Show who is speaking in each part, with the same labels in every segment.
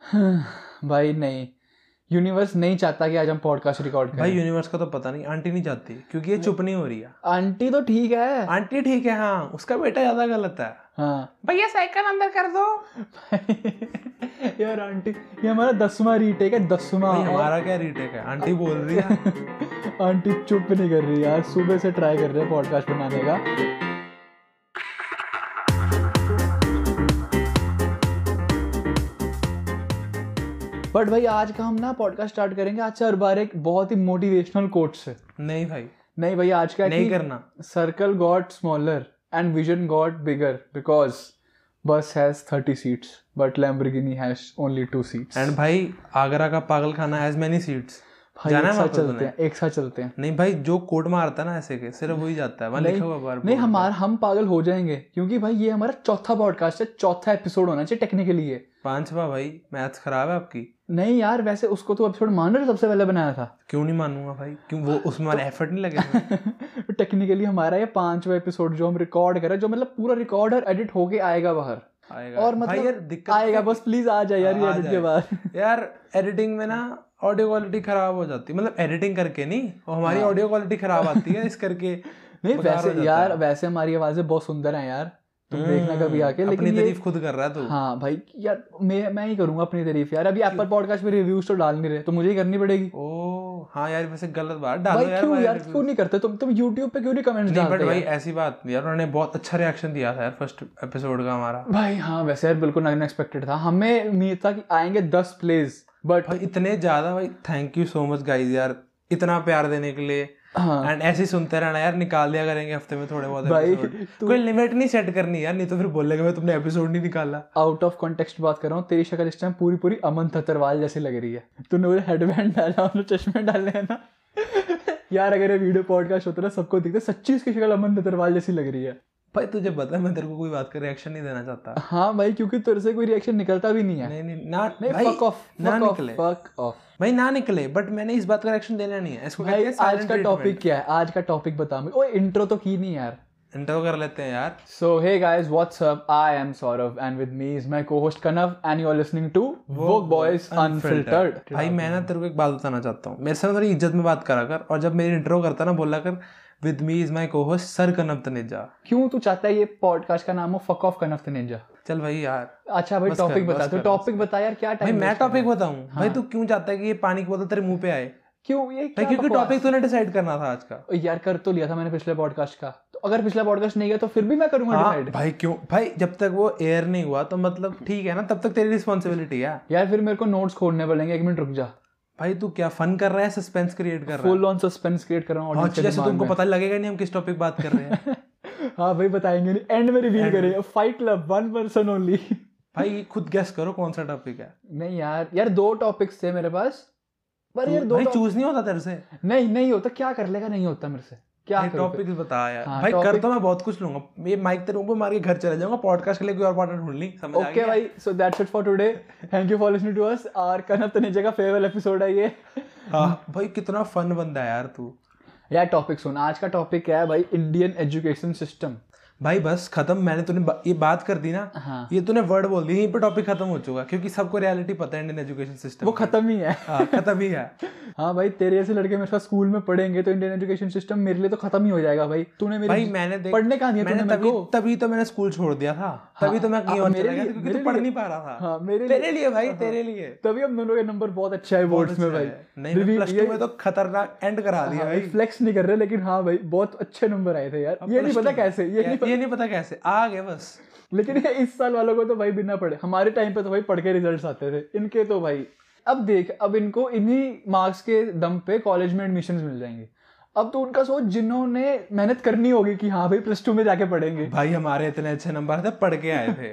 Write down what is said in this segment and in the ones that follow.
Speaker 1: भाई नहीं यूनिवर्स नहीं चाहता कि आज हम पॉडकास्ट रिकॉर्ड करें
Speaker 2: भाई यूनिवर्स का तो पता नहीं आंटी नहीं जाती क्योंकि ये चुप नहीं हो रही है
Speaker 1: आंटी तो ठीक है
Speaker 2: आंटी ठीक है हाँ उसका बेटा ज्यादा गलत है
Speaker 1: हाँ
Speaker 2: भैया साइकिल अंदर कर दो
Speaker 1: यार आंटी ये हमारा दसवा रीटेक है दसवा
Speaker 2: भाई हमारा क्या रीटेक है आंटी बोल रही है
Speaker 1: आंटी चुप नहीं कर रही यार सुबह से ट्राई कर रहे हैं पॉडकास्ट बनाने का बट भाई आज का हम ना पॉडकास्ट स्टार्ट करेंगे आज से हर बार एक बहुत ही मोटिवेशनल कोट से
Speaker 2: नहीं भाई
Speaker 1: नहीं भाई आज का
Speaker 2: नहीं करना
Speaker 1: circle got smaller and vision got bigger because bus has thirty seats but Lamborghini has only two seats
Speaker 2: and भाई आगरा का पागल खाना हैज मेनी सीट्स
Speaker 1: भाई
Speaker 2: जाना
Speaker 1: एक साथ
Speaker 2: है वहाँ पर
Speaker 1: चलते
Speaker 2: तूने?
Speaker 1: हैं एक साथ चलते हैं
Speaker 2: नहीं भाई जो कोट मारता है ना ऐसे के सिर्फ वही जाता है वहाँ
Speaker 1: नहीं,
Speaker 2: लिखा हुआ बार
Speaker 1: नहीं हमारा हम पागल हो जाएंगे क्योंकि भाई ये हमारा चौथा पॉडकास्ट है चौथा एपिसोड होना चाहिए टेक्निकली ये
Speaker 2: पांचवा भाई मैथ्स खराब है आपकी
Speaker 1: नहीं यार वैसे उसको तो एपिसोड मानो सबसे पहले बनाया था
Speaker 2: क्यों नहीं मानूंगा भाई क्यों वो उसमें एफर्ट नहीं लगेगा
Speaker 1: तो टेक्निकली हमारा ये पांचवा एपिसोड जो हम रिकॉर्ड करें जो मतलब पूरा रिकॉर्ड और एडिट होके आएगा बाहर
Speaker 2: आएगा
Speaker 1: और
Speaker 2: भाई
Speaker 1: मतलब
Speaker 2: यार दिक्कत
Speaker 1: आएगा बस प्लीज आ जाए यार ये
Speaker 2: आ
Speaker 1: एडिट के
Speaker 2: जाए।
Speaker 1: बाद
Speaker 2: यार एडिटिंग में ना ऑडियो क्वालिटी खराब हो जाती है मतलब एडिटिंग करके नहीं वो हमारी
Speaker 1: हाँ।
Speaker 2: ऑडियो क्वालिटी खराब आती है इस करके
Speaker 1: नहीं
Speaker 2: बेकार हो
Speaker 1: वैसे
Speaker 2: जाता
Speaker 1: यार
Speaker 2: है।
Speaker 1: वैसे हमारी आवाजें बहुत सुंदर हैं यार तुम देखना कभी आके
Speaker 2: हम्म,
Speaker 1: लेकिन
Speaker 2: अपनी
Speaker 1: ये
Speaker 2: तारीफ खुद कर रहा है तू
Speaker 1: हाँ भाई यार मैं मैं ही करूंगा अपनी तारीफ यार अभी एप्पल पॉडकास्ट पे रिव्यूज तो डाल नहीं रहे तो मुझे ही करनी पड़ेगी
Speaker 2: ओ हाँ यार वैसे गलत बात डालो
Speaker 1: भाई
Speaker 2: यार
Speaker 1: क्यों
Speaker 2: भाई
Speaker 1: यार
Speaker 2: reviews।
Speaker 1: क्यों नहीं करते तुम तुम YouTube पे क्यों नहीं कमेंट्स
Speaker 2: नहीं बट
Speaker 1: डालते
Speaker 2: भाई
Speaker 1: यार?
Speaker 2: ऐसी बात नहीं यार उन्होंने बहुत अच्छा रिएक्शन दिया था यार फर्स्ट एपिसोड का हमारा
Speaker 1: भाई हाँ वैसे यार बिल्कुल अनएक्सपेक्टेड था हमें उम्मीद था कि आएंगे दस प्लेज बट
Speaker 2: भाई इतने ज्यादा भाई thank you so much guys यार इतना प्यार देने के लिए
Speaker 1: हाँ
Speaker 2: एंड ऐसे ही सुनते रहना यार निकाल दिया करेंगे हफ्ते में थोड़े बहुत
Speaker 1: भाई,
Speaker 2: एपिसोड
Speaker 1: तू-
Speaker 2: कोई लिमिट नहीं सेट करनी यार नहीं तो फिर बोलेगा भाई तुमने एपिसोड नहीं निकाला
Speaker 1: आउट ऑफ कॉन्टेक्स्ट बात कर रहा हूँ तेरी शक्ल इस टाइम पूरी पूरी अमन थतरवाल जैसी लग रही है तूने वो हेडबैंड डाला और चश्मे डाले हैं ना यार अगर ये वीडियो पॉडकास्ट होता ना सबको दिखता सच्ची उसकी शक्ल अमन थतरवाल जैसी लग रही है
Speaker 2: भाई तुझे पता है मैं तेरे को कोई बात का रिएक्शन नहीं देना चाहता
Speaker 1: हाँ भाई क्योंकि तेरे से कोई रिएक्शन निकलता भी नहीं है
Speaker 2: नहीं नहीं ना
Speaker 1: नहीं
Speaker 2: भाई,
Speaker 1: फक ऑफ
Speaker 2: ना
Speaker 1: फक ऑफ
Speaker 2: निकले
Speaker 1: फक ऑफ
Speaker 2: भाई ना निकले बट मैंने इस बात का रिएक्शन देना नहीं है इसको
Speaker 1: भाई
Speaker 2: कहते हैं
Speaker 1: आज का टॉपिक क्या है आज का टॉपिक बता मुझे ओए इंट्रो तो की नहीं यार
Speaker 2: इंटरव्यू कर लेते हैं यार
Speaker 1: so hey guys what's up I am Saurabh and with me is my co-host Kanav and you are listening to woke boys unfiltered
Speaker 2: भाई मैं ना तेरे को एक बात बताना चाहता हूँ मेरे साथ थोड़ी इज्जत में बात करा कर और जब मेरी इंटरव्यू करता ना बोला कर with me is my co-host sir Kanab Taneja
Speaker 1: क्यों तू चाहता है ये पॉडकास्ट का नाम हो फक ऑफ कनव तनेजा
Speaker 2: चल भाई यार
Speaker 1: अच्छा भाई
Speaker 2: बस कर,
Speaker 1: टॉपिक
Speaker 2: बस
Speaker 1: बता तो
Speaker 2: कर,
Speaker 1: टॉपिक बता यार क्या
Speaker 2: भाई
Speaker 1: टाइम
Speaker 2: मैं टॉपिक बताऊं भाई तू क्यों चाहता है कि ये पानी की बोतल तेरे मुंह पे आए
Speaker 1: हाँ। क्यों ये
Speaker 2: भाई
Speaker 1: क्या
Speaker 2: क्योंकि
Speaker 1: बकवास?
Speaker 2: टॉपिक तूने डिसाइड करना था आज का
Speaker 1: यार कर तो लिया था मैंने पिछले पॉडकास्ट का तो अगर पिछला पॉडकास्ट नहीं गया तो फिर भी मैं करूंगा
Speaker 2: हाँ
Speaker 1: decide।
Speaker 2: भाई क्यों भाई जब तक वो एयर नहीं हुआ तो मतलब ठीक है ना तब तक तेरी रिस्पॉन्सिबिलिटी है
Speaker 1: यार फिर मेरे को नोट्स खोलने पड़ेंगे एक मिनट रुक जा
Speaker 2: भाई तू क्या फन कर रहा है सस्पेंस क्रिएट कर रहा है
Speaker 1: फुल ऑन सस्पेंस क्रिएट कर रहा हूँ
Speaker 2: और
Speaker 1: audience के
Speaker 2: हाँ, जैसे
Speaker 1: दिमाग
Speaker 2: तुमको
Speaker 1: में।
Speaker 2: पता लगेगा नहीं हम किस टॉपिक बात कर रहे हैं
Speaker 1: हाँ भाई बताएंगे नहीं एंड में रिवील करेंगे fight club one person only
Speaker 2: भाई खुद गैस करो कौन सा टॉपिक है
Speaker 1: नहीं यार यार दो टॉपिक्स थे मेरे पास पर यार दो
Speaker 2: भाई
Speaker 1: topic-
Speaker 2: चूज नहीं होता तेरे से
Speaker 1: नहीं नहीं होता क्या कर लेगा नहीं होता मेरे से क्या करूं
Speaker 2: टॉपिक बता यार
Speaker 1: हाँ,
Speaker 2: भाई कर
Speaker 1: topic-
Speaker 2: तो मैं बहुत कुछ लूंगा ये माइक तेरे ऊपर मार के घर चला जाऊंगा पॉडकास्ट के लिए कोई और पार्टनर ढूंढ ली समझ
Speaker 1: फिर?
Speaker 2: आ
Speaker 1: ओके
Speaker 2: गया?
Speaker 1: भाई so that's it for today thank you for listening to us और कनक तनेजा तो का फेवरेट एपिसोड है ये
Speaker 2: हाँ भाई कितना फन बंदा है यार तू
Speaker 1: यार टॉपिक सुन आज का टॉपिक है भाई इंडियन एजुकेशन सिस्टम
Speaker 2: भाई बस खत्म मैंने तूने बा- ये बात कर दी ना
Speaker 1: हाँ
Speaker 2: ये तूने वर्ड बोल दी यहीं पे टॉपिक खत्म हो चुका है, क्योंकि सबको रियलिटी पता है इंडियन एजुकेशन सिस्टम
Speaker 1: वो खत्म ही है
Speaker 2: खत्म ही हाँ, है
Speaker 1: हाँ भाई तेरे जैसे लड़के मेरे साथ स्कूल में पढ़ेंगे तो इंडियन एजुकेशन सिस्टम मेरे लिए तो खत्म ही हो जाएगा भाई तूने मेरी
Speaker 2: भाई मैंने देख
Speaker 1: पढ़ने कहाँ दिया
Speaker 2: मैंने
Speaker 1: तूने मेरे
Speaker 2: तभी
Speaker 1: को
Speaker 2: तभी तो मैंने स्कूल छोड़ दिया था तभी तो मैं कहीं
Speaker 1: हाँ,
Speaker 2: और
Speaker 1: मेरे
Speaker 2: चला गया
Speaker 1: लिए-
Speaker 2: था, क्योंकि
Speaker 1: मेरे
Speaker 2: तू पढ़
Speaker 1: लिए-
Speaker 2: नहीं पा रहा था
Speaker 1: हाँ मेरे लिए
Speaker 2: तेरे लिए भाई तेरे लिए
Speaker 1: तभी हम दोनों के नंबर बहुत अच्छा है बोर्ड्स में भाई
Speaker 2: नहीं मैं
Speaker 1: रिवील-
Speaker 2: प्लस
Speaker 1: ये- हाँ,
Speaker 2: टू में तो खतरनाक एंड करा दिया भाई
Speaker 1: फ्लेक्स नहीं कर रहे लेकिन हाँ भाई बहुत अच्छे नंबर आए थे यार ये नहीं
Speaker 2: plus
Speaker 1: पता
Speaker 2: two-
Speaker 1: कैसे ये नहीं
Speaker 2: ये ये नहीं पता कैसे आ गए बस
Speaker 1: लेकिन ये इस साल वालों को तो भाई बिना पढ़े हमारे टाइम पे तो भाई पढ़ के रिजल्ट आते थे इनके तो भाई अब देख अब इनको इन्हीं मार्क्स के दम पे कॉलेज में एडमिशन मिल जाएंगे अब तो उनका सोच जिन्होंने मेहनत करनी होगी कि हाँ भाई प्लस टू में जाके पढ़ेंगे
Speaker 2: भाई हमारे इतने अच्छे नंबर थे पढ़ के आए थे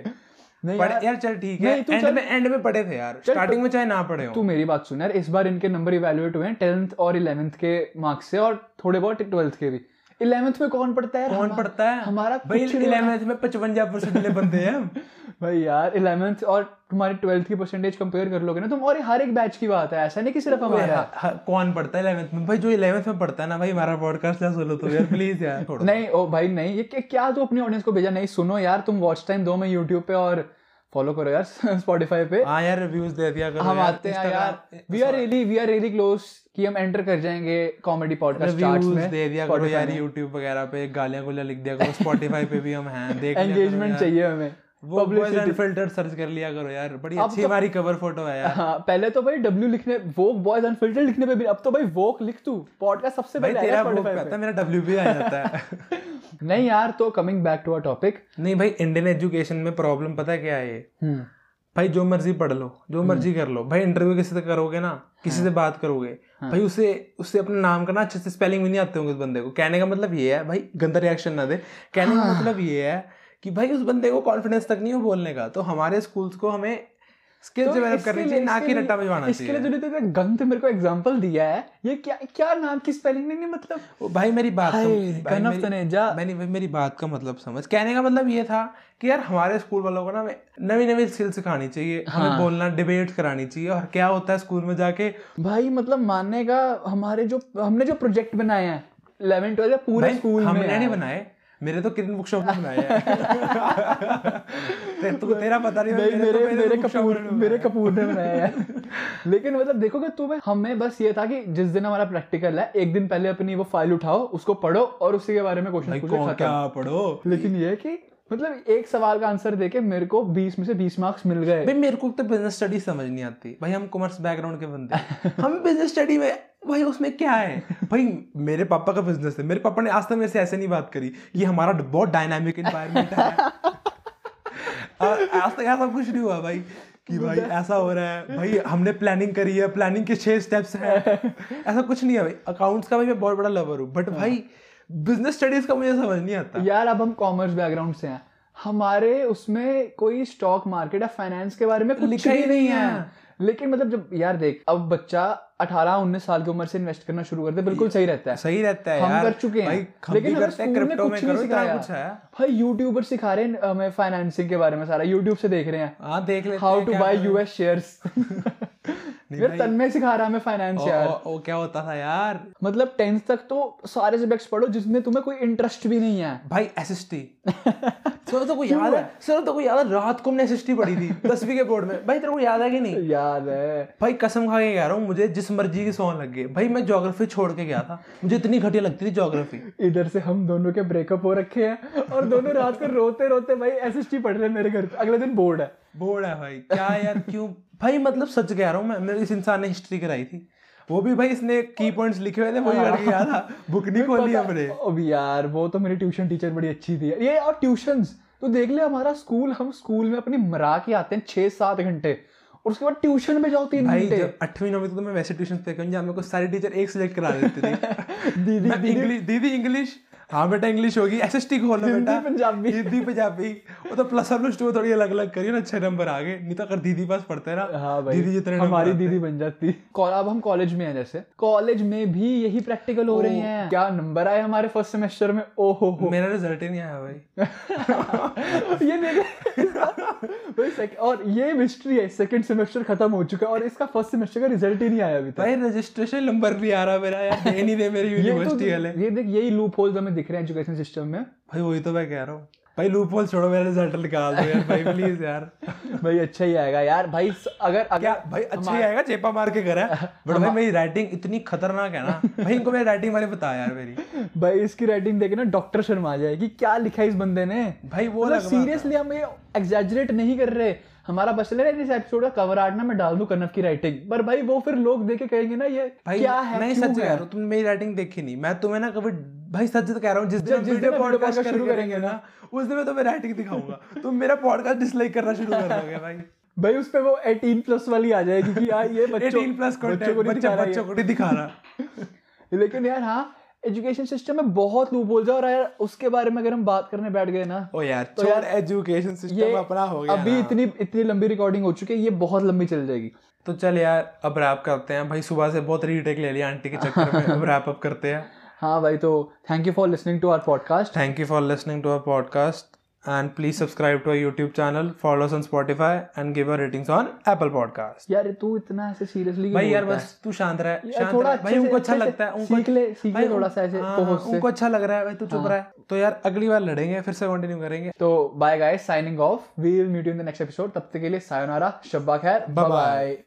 Speaker 1: नहीं
Speaker 2: पढ़े
Speaker 1: यार,
Speaker 2: यार चल ठीक है
Speaker 1: नहीं, तू
Speaker 2: एंड
Speaker 1: चल-
Speaker 2: में एंड में पढ़े थे यार
Speaker 1: चल,
Speaker 2: स्टार्टिंग में चाहे ना पढ़े
Speaker 1: तू
Speaker 2: हो
Speaker 1: मेरी बात सुन यार इस बार इनके नंबर इवेल्युएट हुए हैं टेंथ और इलेवेंथ के मार्क्स से और थोड़े बहुत ट्वेल्थ के भी इलेवेंथ में कौन पढ़ता है यार?
Speaker 2: कौन
Speaker 1: हमा-
Speaker 2: पढ़ता है
Speaker 1: हमारा
Speaker 2: भाई
Speaker 1: कुछ नहीं होना।
Speaker 2: 11th में 55 परसेंट वाले बंदे हैं हम
Speaker 1: भाई यार इलेवेंथ और तुम्हारी ट्वेल्थ की परसेंटेज कंपेयर कर लोगे ना तुम और ये हर एक बैच की बात है ऐसा नहीं कि सिर्फ हमारा
Speaker 2: हाँ, हाँ, कौन पढ़ता है 11th में भाई जो 11th में पढ़ता है ना भाई हमारा पॉडकास्ट या सोलो तो यार प्लीज यार छोड़ो
Speaker 1: नहीं ओ भाई नहीं ये क्या- क्या तू अपनी ऑडियंस को भेजा नहीं सुनो यार तुम वॉच टाइम दो मैं यूट्यूब पे और फॉलो करो यार स्पॉटिफाई पे
Speaker 2: हाँ यार रिव्यूज दे दिया करो
Speaker 1: हम
Speaker 2: यार,
Speaker 1: आते हैं
Speaker 2: Instagram-
Speaker 1: यार we are really we are really close कि हम एंटर कर जाएंगे कॉमेडी पॉडकास्ट चार्ट्स
Speaker 2: रिव्यूज
Speaker 1: में
Speaker 2: दे दिया करो
Speaker 1: Spotify
Speaker 2: यार
Speaker 1: में।
Speaker 2: यूट्यूब वगैरह पे गालियां गुलियां लिख दिया करो स्पॉटिफाई पे भी हम हैं देख लिया करो
Speaker 1: एंगेजमेंट
Speaker 2: यार।
Speaker 1: चाहिए हमें
Speaker 2: वो बॉयज
Speaker 1: Publicity।
Speaker 2: अनफिल्टर्ड सर्च कर लिया करो यार बड़ी
Speaker 1: अब
Speaker 2: अच्छी
Speaker 1: तो-
Speaker 2: हमारी कवर फोटो है यार
Speaker 1: हाँ पहले तो भाई डब्ल्यू लिखने वोक बॉयज अनफिल्टर लिखने पे भी अब तो भाई वोक लिख तू पॉडकास्ट सबसे
Speaker 2: भाई
Speaker 1: तो पहले
Speaker 2: तेरा
Speaker 1: आएगा
Speaker 2: वो
Speaker 1: Spotify
Speaker 2: पता है, मेरा डब्ल्यू भी आ जाता है
Speaker 1: पे। नहीं यार तो coming back to our topic
Speaker 2: नहीं भाई इंडियन एजुकेशन में प्रॉब्लम पता है क्या है
Speaker 1: तो
Speaker 2: भाई जो मर्जी पढ़ लो जो मर्जी कर लो भाई इंटरव्यू किसी से करोगे ना किसी से बात करोगे
Speaker 1: हम्म। हाँ।
Speaker 2: भाई उसे उससे अपने नाम का ना अच्छे से स्पेलिंग भी नहीं आते होंगे उस बंदे को कहने का मतलब ये है भाई गंदा रिएक्शन ना दे कहने
Speaker 1: हाँ।
Speaker 2: का मतलब ये है कि भाई उस बंदे को कॉन्फिडेंस तक नहीं हो बोलने का तो हमारे स्कूल्स को हमें स्किल
Speaker 1: तो
Speaker 2: डेवलप
Speaker 1: इसके
Speaker 2: करनी
Speaker 1: लिए-
Speaker 2: चाहिए ना
Speaker 1: इसके
Speaker 2: कि
Speaker 1: लिए-
Speaker 2: रट्टा भिजवाना
Speaker 1: इसके लिए
Speaker 2: चाहिए
Speaker 1: तूने तो इतना गंद मेरे को एग्जांपल दिया है ये क्या क्या नाम की स्पेलिंग नहीं मतलब
Speaker 2: ओ, भाई मेरी बात
Speaker 1: हाय,
Speaker 2: सुन- हाँ, भाई
Speaker 1: कनव
Speaker 2: मेरी-
Speaker 1: तनेजा।
Speaker 2: मैंने भाई मेरी बात का मतलब समझ कहने का मतलब ये था कि यार हमारे स्कूल वालों को ना नवी नवी स्किल सिखानी चाहिए हमें
Speaker 1: हाँ।
Speaker 2: बोलना डिबेट करानी चाहिए और क्या होता है स्कूल में जाके
Speaker 1: भाई मतलब मानने का हमारे जो हमने जो प्रोजेक्ट बनाए हैं 11 12 या पूरे
Speaker 2: भाई,
Speaker 1: स्कूल में
Speaker 2: हमने नहीं
Speaker 1: यार।
Speaker 2: बनाए मेरे तो किरण बुकशॉप में बनाए हैं। ते, तू तेरा पता नहीं तो
Speaker 1: नहीं, मेरे मेरे
Speaker 2: bookshop
Speaker 1: कपूर
Speaker 2: में
Speaker 1: मेरे
Speaker 2: बनाए।
Speaker 1: कपूर ने बनाया यार लेकिन मतलब देखोगे तुम्हें हमें बस ये था कि जिस दिन हमारा प्रैक्टिकल है एक दिन पहले अपनी वो फाइल उठाओ उसको पढ़ो और उसी के बारे में क्वेश्चन
Speaker 2: भाई
Speaker 1: पूछो
Speaker 2: कौन
Speaker 1: खत्म।
Speaker 2: क्या पढ़ो
Speaker 1: लेकिन ये है कि मतलब एक सवाल का आंसर देके मेरे को 20 में से 20 मार्क्स मिल गए
Speaker 2: भाई मेरे को तो बिजनेस स्टडी समझ नहीं आती भाई हम कॉमर्स बैकग्राउंड के बंदे हैं। हम बिजनेस स्टडी में भाई उसमें क्या है भाई मेरे पापा का बिजनेस है मेरे पापा ने आज तक मेरे से ऐसे नहीं बात करी ये हमारा बहुत डायनामिक एनवायरनमेंट है और आज तक ऐसा कुछ नहीं हुआ भाई कि भाई ऐसा हो रहा है भाई हमने प्लानिंग करी है प्लानिंग के छह स्टेप्स हैं ऐसा कुछ नहीं है भाई अकाउंट्स का भाई मैं बहुत बड़ा लवर हूँ बट भाई बिजनेस स्टडीज का मुझे समझ नहीं आता
Speaker 1: यार अब हम कॉमर्स बैकग्राउंड से हैं हमारे उसमें कोई स्टॉक मार्केट या फाइनेंस के बारे में कुछ
Speaker 2: लिखा ही
Speaker 1: भी
Speaker 2: नहीं
Speaker 1: नहीं है
Speaker 2: है।
Speaker 1: लेकिन मतलब जब यार देख अब बच्चा 18 19 साल की उम्र से इन्वेस्ट करना शुरू करते बिल्कुल सही रहता है
Speaker 2: सही रहता है
Speaker 1: हम
Speaker 2: यार
Speaker 1: कर चुके हैं
Speaker 2: भाई हम
Speaker 1: लेकिन
Speaker 2: भी
Speaker 1: हमें
Speaker 2: करते हैं
Speaker 1: स्कूल में
Speaker 2: क्रिप्टो में
Speaker 1: कुछ नहीं
Speaker 2: करो इतना
Speaker 1: सिखाया
Speaker 2: कुछ है
Speaker 1: भाई यूट्यूबर सिखा रहे हैं हमें फाइनेंसिंग के बारे में सारा यूट्यूब से देख रहे हैं
Speaker 2: हाँ देख लेते
Speaker 1: हाउ
Speaker 2: हैं
Speaker 1: टू
Speaker 2: क्या
Speaker 1: बाय
Speaker 2: करें।
Speaker 1: यूएस शेयर्स यार
Speaker 2: भाई।
Speaker 1: तन्मय सिखा रहा है हमें फाइनेंस
Speaker 2: ओ,
Speaker 1: यार
Speaker 2: ओ, ओ, क्या होता था यार
Speaker 1: मतलब टेंथ तक तो सारे सब्जेक्ट्स पढ़ो जिसमें तुम्हें कोई इंटरेस्ट भी नहीं है
Speaker 2: भाई एसएसटी सर तो को याद है सर तो को याद है रात को हमने एसएसटी पढ़ी थी दसवीं के बोर्ड में भाई तेरे को याद है कि नहीं
Speaker 1: याद है
Speaker 2: भाई कसम खा के कह रहा हूँ मुझे जिस मर्जी की सौन लग गई भाई मैं ज्योग्राफी छोड़ के गया था मुझे इतनी घटिया लगती थी ज्योग्राफी
Speaker 1: इधर से हम दोनों के ब्रेकअप हो रखे हैं और दोनों रात को रोते रोते भाई एसएसटी पढ़ रहे हैं मेरे घर पे अगले दिन बोर्ड है
Speaker 2: बोर्ड है भाई क्या यार क्यों भाई मतलब सच कह रहा हूँ मैं मेरे इस इंसान ने हिस्ट्री कराई थी वो भी भाई इसने की पॉइंट्स लिखे हुए थे वही करके गया था बुक नहीं खोली
Speaker 1: पता-
Speaker 2: हमने
Speaker 1: अब यार वो तो मेरी ट्यूशन टीचर बड़ी अच्छी थी ये और ट्यूशन तो देख ले हमारा स्कूल हम स्कूल में अपनी मरा के आते हैं छह सात घंटे और उसके बाद ट्यूशन में जाओ तीन
Speaker 2: भाई
Speaker 1: घंटे
Speaker 2: जब आठवीं नौवीं तक तो मैं वैसे ट्यूशन पे करूँ जहाँ मेरे को सारे टीचर एक सिलेक्ट करा देते थे
Speaker 1: दीदी
Speaker 2: मैं इंग्लिश दीदी इंग्लिश हाँ बेटा इंग्लिश होगी एस एस टी खोलो
Speaker 1: हिंदी,
Speaker 2: बेटा
Speaker 1: पंजाबी।
Speaker 2: हिंदी पंजाबी वो तो प्लस प्लस टू थोड़ी अलग अलग करिए ना अच्छे नंबर आ गए नहीं तो अगर दीदी पास पढ़ते हैं ना
Speaker 1: हाँ भाई
Speaker 2: दीदी जितने नंबर
Speaker 1: हमारी
Speaker 2: आते
Speaker 1: दीदी बन जाती कॉल अब हम कॉलेज में हैं जैसे कॉलेज में भी यही प्रैक्टिकल हो रहे हैं क्या नंबर आए हमारे फर्स्ट सेमेस्टर में ओ हो हो
Speaker 2: हैं। मेरा रिजल्ट ही नहीं आया भाई
Speaker 1: ये देखे भाई sec- और ये मिस्ट्री है सेकंड सेमेस्टर खत्म हो चुका है और इसका फर्स्ट सेमेस्टर का रिजल्ट ही नहीं आया अभी तक
Speaker 2: भाई रजिस्ट्रेशन नंबर नहीं आ रहा मेरा यार दे नहीं दे मेरी
Speaker 1: ये तो
Speaker 2: यूनिवर्सिटी वाले
Speaker 1: ये देख यही लूप होल्स हमें दिख रहे हैं एजुकेशन सिस्टम में
Speaker 2: भाई वही तो मैं कह रहा हूँ भाई लूप होल छोड़ो मेरा रिजल्ट निकाल दो यार भाई प्लीज यार
Speaker 1: भाई अच्छा ही आएगा यार भाई स- अगर अगर
Speaker 2: क्या भाई अच्छा ही आएगा चेपा मार के करा है बट भाई मेरी राइटिंग इतनी खतरनाक है ना भाई इनको मेरी राइटिंग बारे बता यार मेरी
Speaker 1: भाई इसकी राइटिंग देखे ना डॉक्टर शर्मा आ जाएगी क्या लिखा है इस बंदे ने
Speaker 2: भाई वो
Speaker 1: मतलब
Speaker 2: लगवा था।
Speaker 1: सीरियसली हम ये एग्जैजरेट नहीं कर रहे हमारा बस ले इस एपिसोड का कवर आर्ट ना मैं डाल दूं कनव की राइटिंग पर भाई वो फिर लोग देखे कहेंगे ना ये
Speaker 2: भाई
Speaker 1: क्या है
Speaker 2: नहीं
Speaker 1: क्यों
Speaker 2: सच कह
Speaker 1: है?
Speaker 2: रहा हूँ तुमने मेरी राइटिंग देखी नहीं मैं तुम्हें ना कभी भाई सच तो कह रहा हूँ जिस दिन
Speaker 1: जब-
Speaker 2: हम
Speaker 1: जिस दिन
Speaker 2: वीडियो
Speaker 1: हम video
Speaker 2: पॉडकास्ट
Speaker 1: podcast
Speaker 2: शुरू करेंगे ना उस दिन मैं तुम्हें राइटिंग दिखाऊंगा तुम मेरा पॉडकास्ट डिसलाइक करना शुरू कर दोगे भाई
Speaker 1: भाई उस पे वो 18 प्लस वाली आ जाएगी कि यार ये बच्चों
Speaker 2: 18 प्लस
Speaker 1: बच्चों को नहीं
Speaker 2: बच्चा
Speaker 1: दिखा रहा
Speaker 2: बच्चों को नहीं दिखा रहा
Speaker 1: ये। लेकिन यार हाँ एजुकेशन सिस्टम में बहुत लूप बोल जाओ और यार उसके बारे में अगर हम बात करने बैठ गए ना
Speaker 2: ओ यार
Speaker 1: तो
Speaker 2: तो
Speaker 1: यार,
Speaker 2: यार एजुकेशन सिस्टम अपना हो गया हाँ।
Speaker 1: अभी
Speaker 2: ना।
Speaker 1: इतनी इतनी लंबी रिकॉर्डिंग हो चुकी है ये बहुत लंबी चल जाएगी
Speaker 2: तो चल यार अब रैप करते हैं भाई सुबह से बहुत रीटेक ले लिया आंटी के चक्कर में अब रैप अप करते हैं
Speaker 1: हाँ भाई तो thank you for listening to our podcast
Speaker 2: thank you for listening to our podcast And please subscribe to our YouTube channel, follow us on Spotify, and give our ratings on Apple Podcast.
Speaker 1: यार तू इतना ऐसे seriously
Speaker 2: भाई यार बस तू शांत रह शांत
Speaker 1: थोड़ा
Speaker 2: रह भाई
Speaker 1: अच्छे से-
Speaker 2: उनको अच्छा
Speaker 1: अच्छे से
Speaker 2: लगता है उनको
Speaker 1: सीख ले- सीख ले
Speaker 2: भाई, उन-
Speaker 1: थोड़ा सा ऐसे
Speaker 2: हाँ,
Speaker 1: कोहोश से।
Speaker 2: उनको अच्छा लग रहा है भाई तू चुप रहा है तो यार अगली बार लड़ेंगे फिर से कंटिन्यू करेंगे
Speaker 1: तो bye guys signing off we will meet you in the next episode तब तक के लिए सायोनारा शब्बा खैर
Speaker 2: Bye-bye.
Speaker 1: बाय